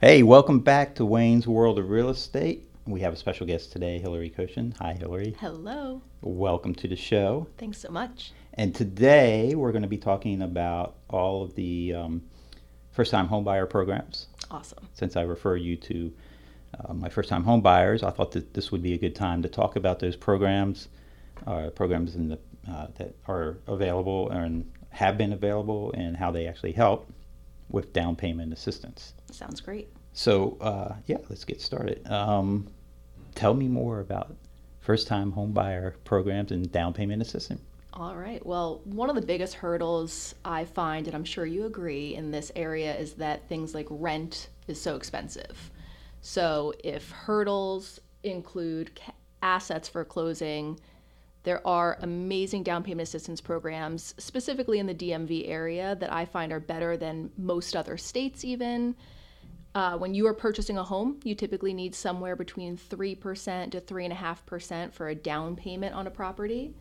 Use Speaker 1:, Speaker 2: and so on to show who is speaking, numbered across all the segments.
Speaker 1: Hey, welcome back to Wayne's World of Real Estate. We have a special guest today, Hillary Koshin. Hi, Hillary.
Speaker 2: Hello.
Speaker 1: Welcome to the show.
Speaker 2: Thanks so much.
Speaker 1: And today we're going to be talking about all of the um, first time homebuyer programs.
Speaker 2: Awesome.
Speaker 1: Since I refer you to uh, my first time homebuyers, I thought that this would be a good time to talk about those programs, uh, programs in the, uh, that are available and have been available, and how they actually help with down payment assistance.
Speaker 2: Sounds great.
Speaker 1: So, uh, yeah, let's get started. Um, tell me more about first time homebuyer programs and down payment assistance.
Speaker 2: All right. Well, one of the biggest hurdles I find, and I'm sure you agree, in this area is that things like rent is so expensive. So, if hurdles include ca- assets for closing, there are amazing down payment assistance programs, specifically in the DMV area, that I find are better than most other states, even. Uh, when you are purchasing a home, you typically need somewhere between 3% to 3.5% for a down payment on a property.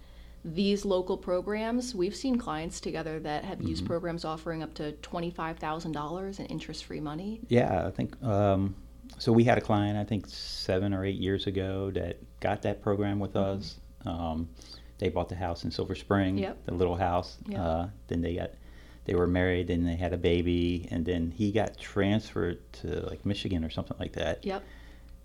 Speaker 2: These local programs, we've seen clients together that have used
Speaker 1: Mm-hmm.
Speaker 2: programs offering up to $25,000 in interest free money.
Speaker 1: Yeah, I think um, so. We had a client, I think seven or eight years ago, that got that program with
Speaker 2: Mm-hmm.
Speaker 1: us. Um, they bought the house in Silver Spring,
Speaker 2: Yep.
Speaker 1: the little house.
Speaker 2: Yep.
Speaker 1: Uh, then they got, they were married, then they had a baby, and then he got transferred to like Michigan or something like that.
Speaker 2: Yep.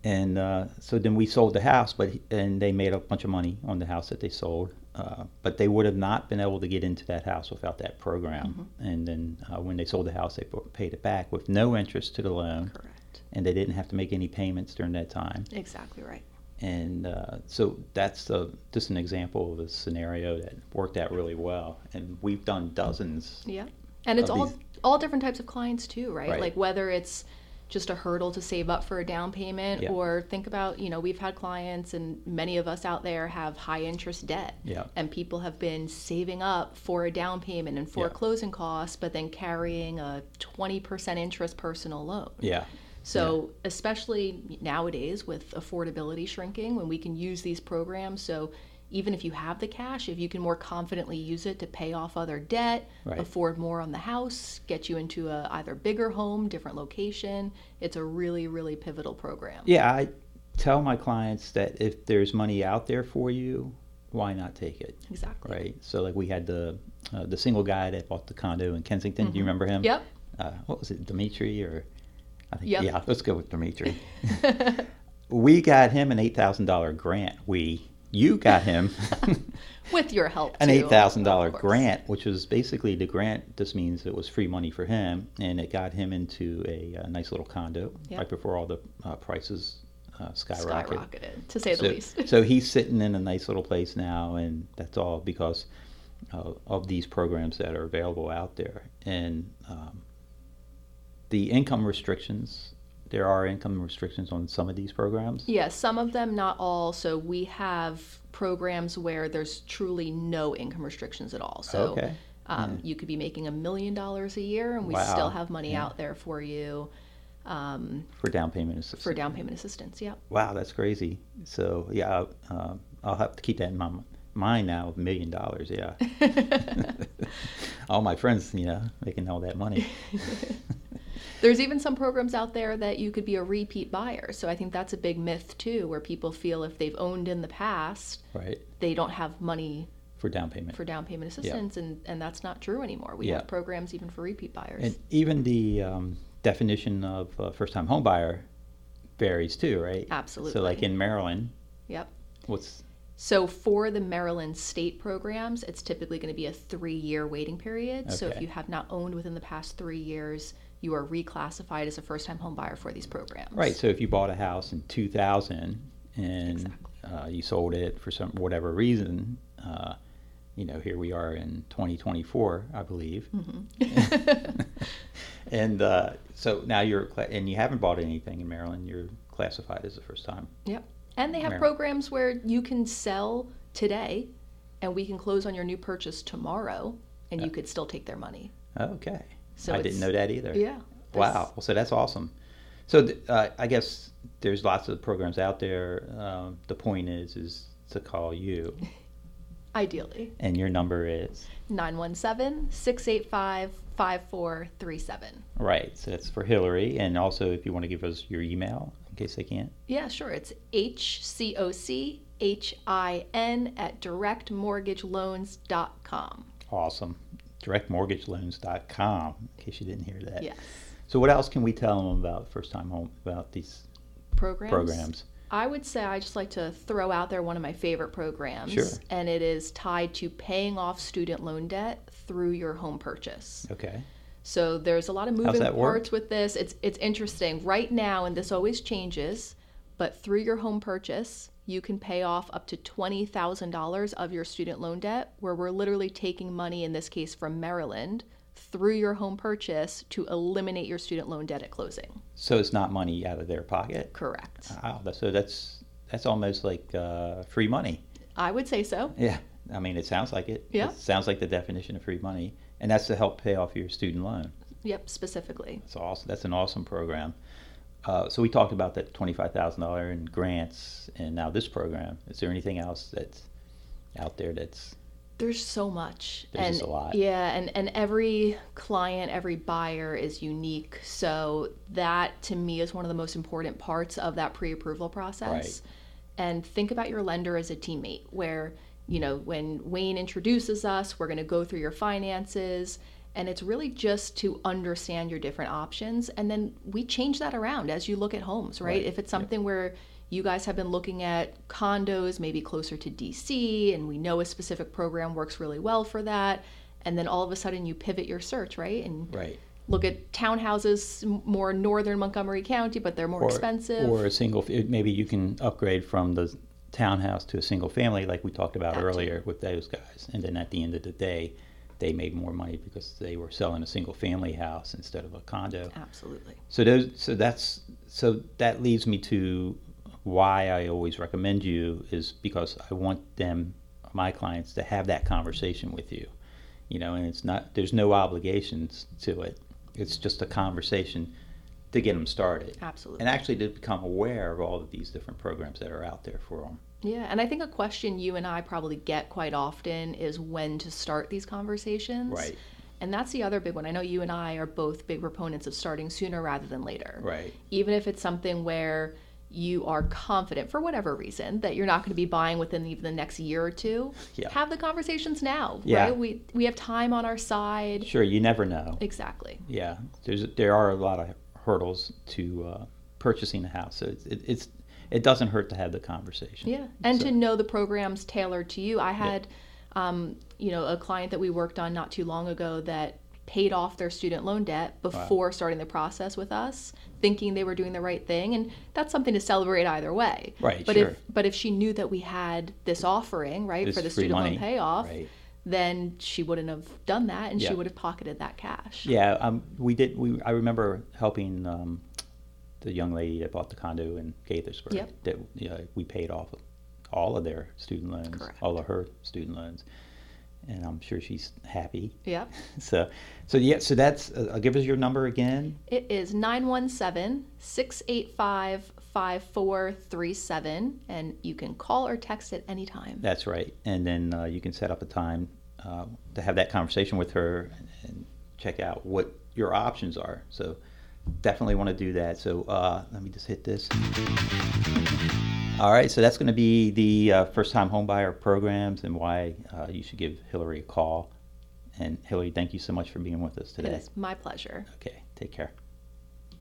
Speaker 1: and uh, so then we sold the house, but and they made a bunch of money on the house that they sold. Uh, but they would have not been able to get into that house without that program. And then uh, when they sold the house, they bought- paid it back with no interest to the loan,
Speaker 2: Correct.
Speaker 1: and they didn't have to make any payments during that time.
Speaker 2: Exactly right.
Speaker 1: And uh, so that's a, just an example of a scenario that worked out really well. And we've done dozens.
Speaker 2: Yeah. And it's
Speaker 1: of
Speaker 2: all
Speaker 1: these-
Speaker 2: all different types of clients too, right?
Speaker 1: Right.
Speaker 2: Like whether it's just a hurdle to save up for a down payment
Speaker 1: Yeah.
Speaker 2: or think about, you know, we've had clients and many of us out there have high interest debt.
Speaker 1: Yeah.
Speaker 2: And people have been saving up for a down payment and for
Speaker 1: Yeah.
Speaker 2: closing costs, but then carrying a 20% interest personal loan.
Speaker 1: Yeah.
Speaker 2: So, especially nowadays with affordability shrinking, when we can use these programs, so even if you have the cash, if you can more confidently use it to pay off other debt,
Speaker 1: Right.
Speaker 2: afford more on the house, get you into a either bigger home, different location, it's a really, really pivotal program.
Speaker 1: Yeah, I tell my clients that if there's money out there for you, why not take it?
Speaker 2: Exactly.
Speaker 1: Right. So like we had the uh, the single guy that bought the condo in Kensington. Do you remember him?
Speaker 2: Mm-hmm. Yep.
Speaker 1: Uh, what was it, Dimitri or? I think
Speaker 2: Yep.
Speaker 1: yeah. Let's go with Dimitri. we got him an eight thousand dollar grant. We you got him
Speaker 2: With your help.
Speaker 1: an
Speaker 2: too,
Speaker 1: eight thousand dollar
Speaker 2: of course.
Speaker 1: grant, which was basically the grant. This means it was free money for him, and it got him into a, uh nice little condo
Speaker 2: Yep.
Speaker 1: right before all the uh, prices uh, skyrocketed
Speaker 2: Skyrocketed, to say
Speaker 1: so,
Speaker 2: the least.
Speaker 1: so he's sitting in a nice little place now, and that's all because uh, of these programs that are available out there. And um, the income restrictions, there are income restrictions on some of these programs.
Speaker 2: Yeah, some of them, not all. So we have programs where there's truly no income restrictions at all. So
Speaker 1: Okay.
Speaker 2: um, you could be making a million dollars a year, and we
Speaker 1: Wow.
Speaker 2: still have money
Speaker 1: Yeah.
Speaker 2: out there for you um,
Speaker 1: For down payment assistance.
Speaker 2: for down payment assistance. Yeah,
Speaker 1: wow, that's crazy. So yeah, I- um, I'll have to keep that in my m- mind now. A million dollars, yeah. all my friends, you know, making all that money.
Speaker 2: there's even some programs out there that you could be a repeat buyer. So I think that's a big myth too, where people feel if they've owned in the past,
Speaker 1: Right.
Speaker 2: they don't have money
Speaker 1: For down payment.
Speaker 2: for down payment assistance, and and that's not true anymore. We
Speaker 1: Yeah.
Speaker 2: have programs even for repeat buyers.
Speaker 1: And even the um, definition of uh, first-time homebuyer varies too, right? So, like
Speaker 2: Absolutely.
Speaker 1: in Maryland,
Speaker 2: yep.
Speaker 1: what's
Speaker 2: So for the Maryland state programs, it's typically going to be a three-year waiting period. So if
Speaker 1: Okay.
Speaker 2: you have not owned within the past three years, you are reclassified as a first-time home buyer for these programs.
Speaker 1: right? So, if you bought a house in 2000 and
Speaker 2: Exactly.
Speaker 1: uh, you sold it for some whatever reason, uh, you know, here we are in 2024, I believe.
Speaker 2: Mm-hmm.
Speaker 1: and uh, so now you're cla- and you haven't bought anything in Maryland. You're classified as a first-time.
Speaker 2: Yep. And they have
Speaker 1: Maryland.
Speaker 2: programs where you can sell today, and we can close on your new purchase tomorrow, and you could still take their money.
Speaker 1: Okay. Uh,
Speaker 2: So
Speaker 1: I didn't
Speaker 2: it's-
Speaker 1: know that either.
Speaker 2: Yeah.
Speaker 1: Wow. Well, so that's awesome. So th- uh, I guess there's lots of programs out there. Um, the point is, is to call you
Speaker 2: Ideally.
Speaker 1: And your number is?
Speaker 2: 917 685 5437.
Speaker 1: Right. So that's for Hillary. And also, if you want to give us your email in case they can't.
Speaker 2: Yeah, sure. It's HCOCHIN at directmortgageloans.com.
Speaker 1: Awesome. Directmortgageloans.com, in case you didn't hear that.
Speaker 2: Yes.
Speaker 1: So, what else can we tell them about first time home, about these
Speaker 2: Programs?
Speaker 1: programs?
Speaker 2: I would say I just like to throw out there one of my favorite programs.
Speaker 1: Sure.
Speaker 2: And it is tied to paying off student loan debt through your home purchase.
Speaker 1: Okay.
Speaker 2: So there's a lot of moving
Speaker 1: that work?
Speaker 2: parts with this. It's it's interesting right now, and this always changes. But through your home purchase, you can pay off up to twenty thousand dollars of your student loan debt. Where we're literally taking money in this case from Maryland through your home purchase to eliminate your student loan debt at closing.
Speaker 1: So, it's not money out of their pocket.
Speaker 2: Correct.
Speaker 1: Wow. that's- So, that's that's almost like uh, free money.
Speaker 2: I would say so.
Speaker 1: Yeah. I mean, it sounds like it.
Speaker 2: Yeah.
Speaker 1: It sounds like the definition of free money. And that's to help pay off your student loan.
Speaker 2: Yep, specifically.
Speaker 1: That's awesome. That's an awesome program. Uh, so we talked about that twenty-five thousand dollar in grants, and now this program. Is there anything else that's out there that's
Speaker 2: There's so much.
Speaker 1: There's
Speaker 2: and,
Speaker 1: just a lot.
Speaker 2: Yeah, and, and every client, every buyer is unique. So that to me is one of the most important parts of that pre approval process.
Speaker 1: Right.
Speaker 2: And think about your lender as a teammate where, you know, when Wayne introduces us, we're gonna go through your finances. And it's really just to understand your different options. And then we change that around as you look at homes, right?
Speaker 1: Right.
Speaker 2: If it's something where you guys have been looking at condos maybe closer to DC and we know a specific program works really well for that and then all of a sudden you pivot your search right and
Speaker 1: right
Speaker 2: look at townhouses m- more northern Montgomery County but they're more expensive
Speaker 1: or a single? it- Maybe you can upgrade from the townhouse to a single family, like we talked about
Speaker 2: Gotcha.
Speaker 1: earlier with those guys. And then at the end of the day, they made more money because they were selling a single family house instead of a condo.
Speaker 2: absolutely
Speaker 1: So those, so that's, so that leads me to why I always recommend you is because I want them, my clients, to have that conversation with you, you know, and it's not, there's no obligations to it. It's just a conversation to get them started
Speaker 2: absolutely
Speaker 1: and actually to become aware of all of these different programs that are out there for them.
Speaker 2: yeah and I think a question you and I probably get quite often is when to start these conversations
Speaker 1: Right.
Speaker 2: and that's the other big one I know you and I are both big proponents of starting sooner rather than later
Speaker 1: Right.
Speaker 2: even if it's something where you are confident for whatever reason that you're not going to be buying within even the next year or two
Speaker 1: Yeah.
Speaker 2: have the conversations now
Speaker 1: Yeah.
Speaker 2: right we we have time on our side
Speaker 1: Sure. You never know.
Speaker 2: exactly
Speaker 1: Yeah, there's there are a lot of hurdles to uh, purchasing a house, so it's, it, it's it doesn't hurt to have the conversation.
Speaker 2: yeah and
Speaker 1: So-
Speaker 2: to know the programs tailored to you i had um, you know a client that we worked on not too long ago that paid off their student loan debt before starting the process with us thinking they were doing the right thing and that's something to celebrate either way
Speaker 1: Right,
Speaker 2: but
Speaker 1: sure.
Speaker 2: if but if she knew that we had this offering right
Speaker 1: This
Speaker 2: for the
Speaker 1: free
Speaker 2: student
Speaker 1: money,
Speaker 2: loan payoff
Speaker 1: right.
Speaker 2: then she wouldn't have done that and
Speaker 1: Yeah.
Speaker 2: she would have pocketed that cash.
Speaker 1: Yeah, um, we did. We I remember helping um, the young lady that bought the condo in Gaithersburg.
Speaker 2: Yep.
Speaker 1: That you know, we paid off all of their student loans,
Speaker 2: Correct.
Speaker 1: all of her student loans, and I'm sure she's happy.
Speaker 2: Yep.
Speaker 1: So, so yeah, so that's uh, give us your number again.
Speaker 2: It is 917 685 5437, and you can call or text at any time.
Speaker 1: That's right. And then uh, you can set up a time uh, to have that conversation with her and, and check out what your options are. So definitely want to do that. So uh, let me just hit this. All right, so that's going to be the uh, first time home buyer programs and why uh, you should give Hillary a call. And Hillary, thank you so much for being with us
Speaker 2: It
Speaker 1: today.
Speaker 2: is my pleasure.
Speaker 1: Okay, take care.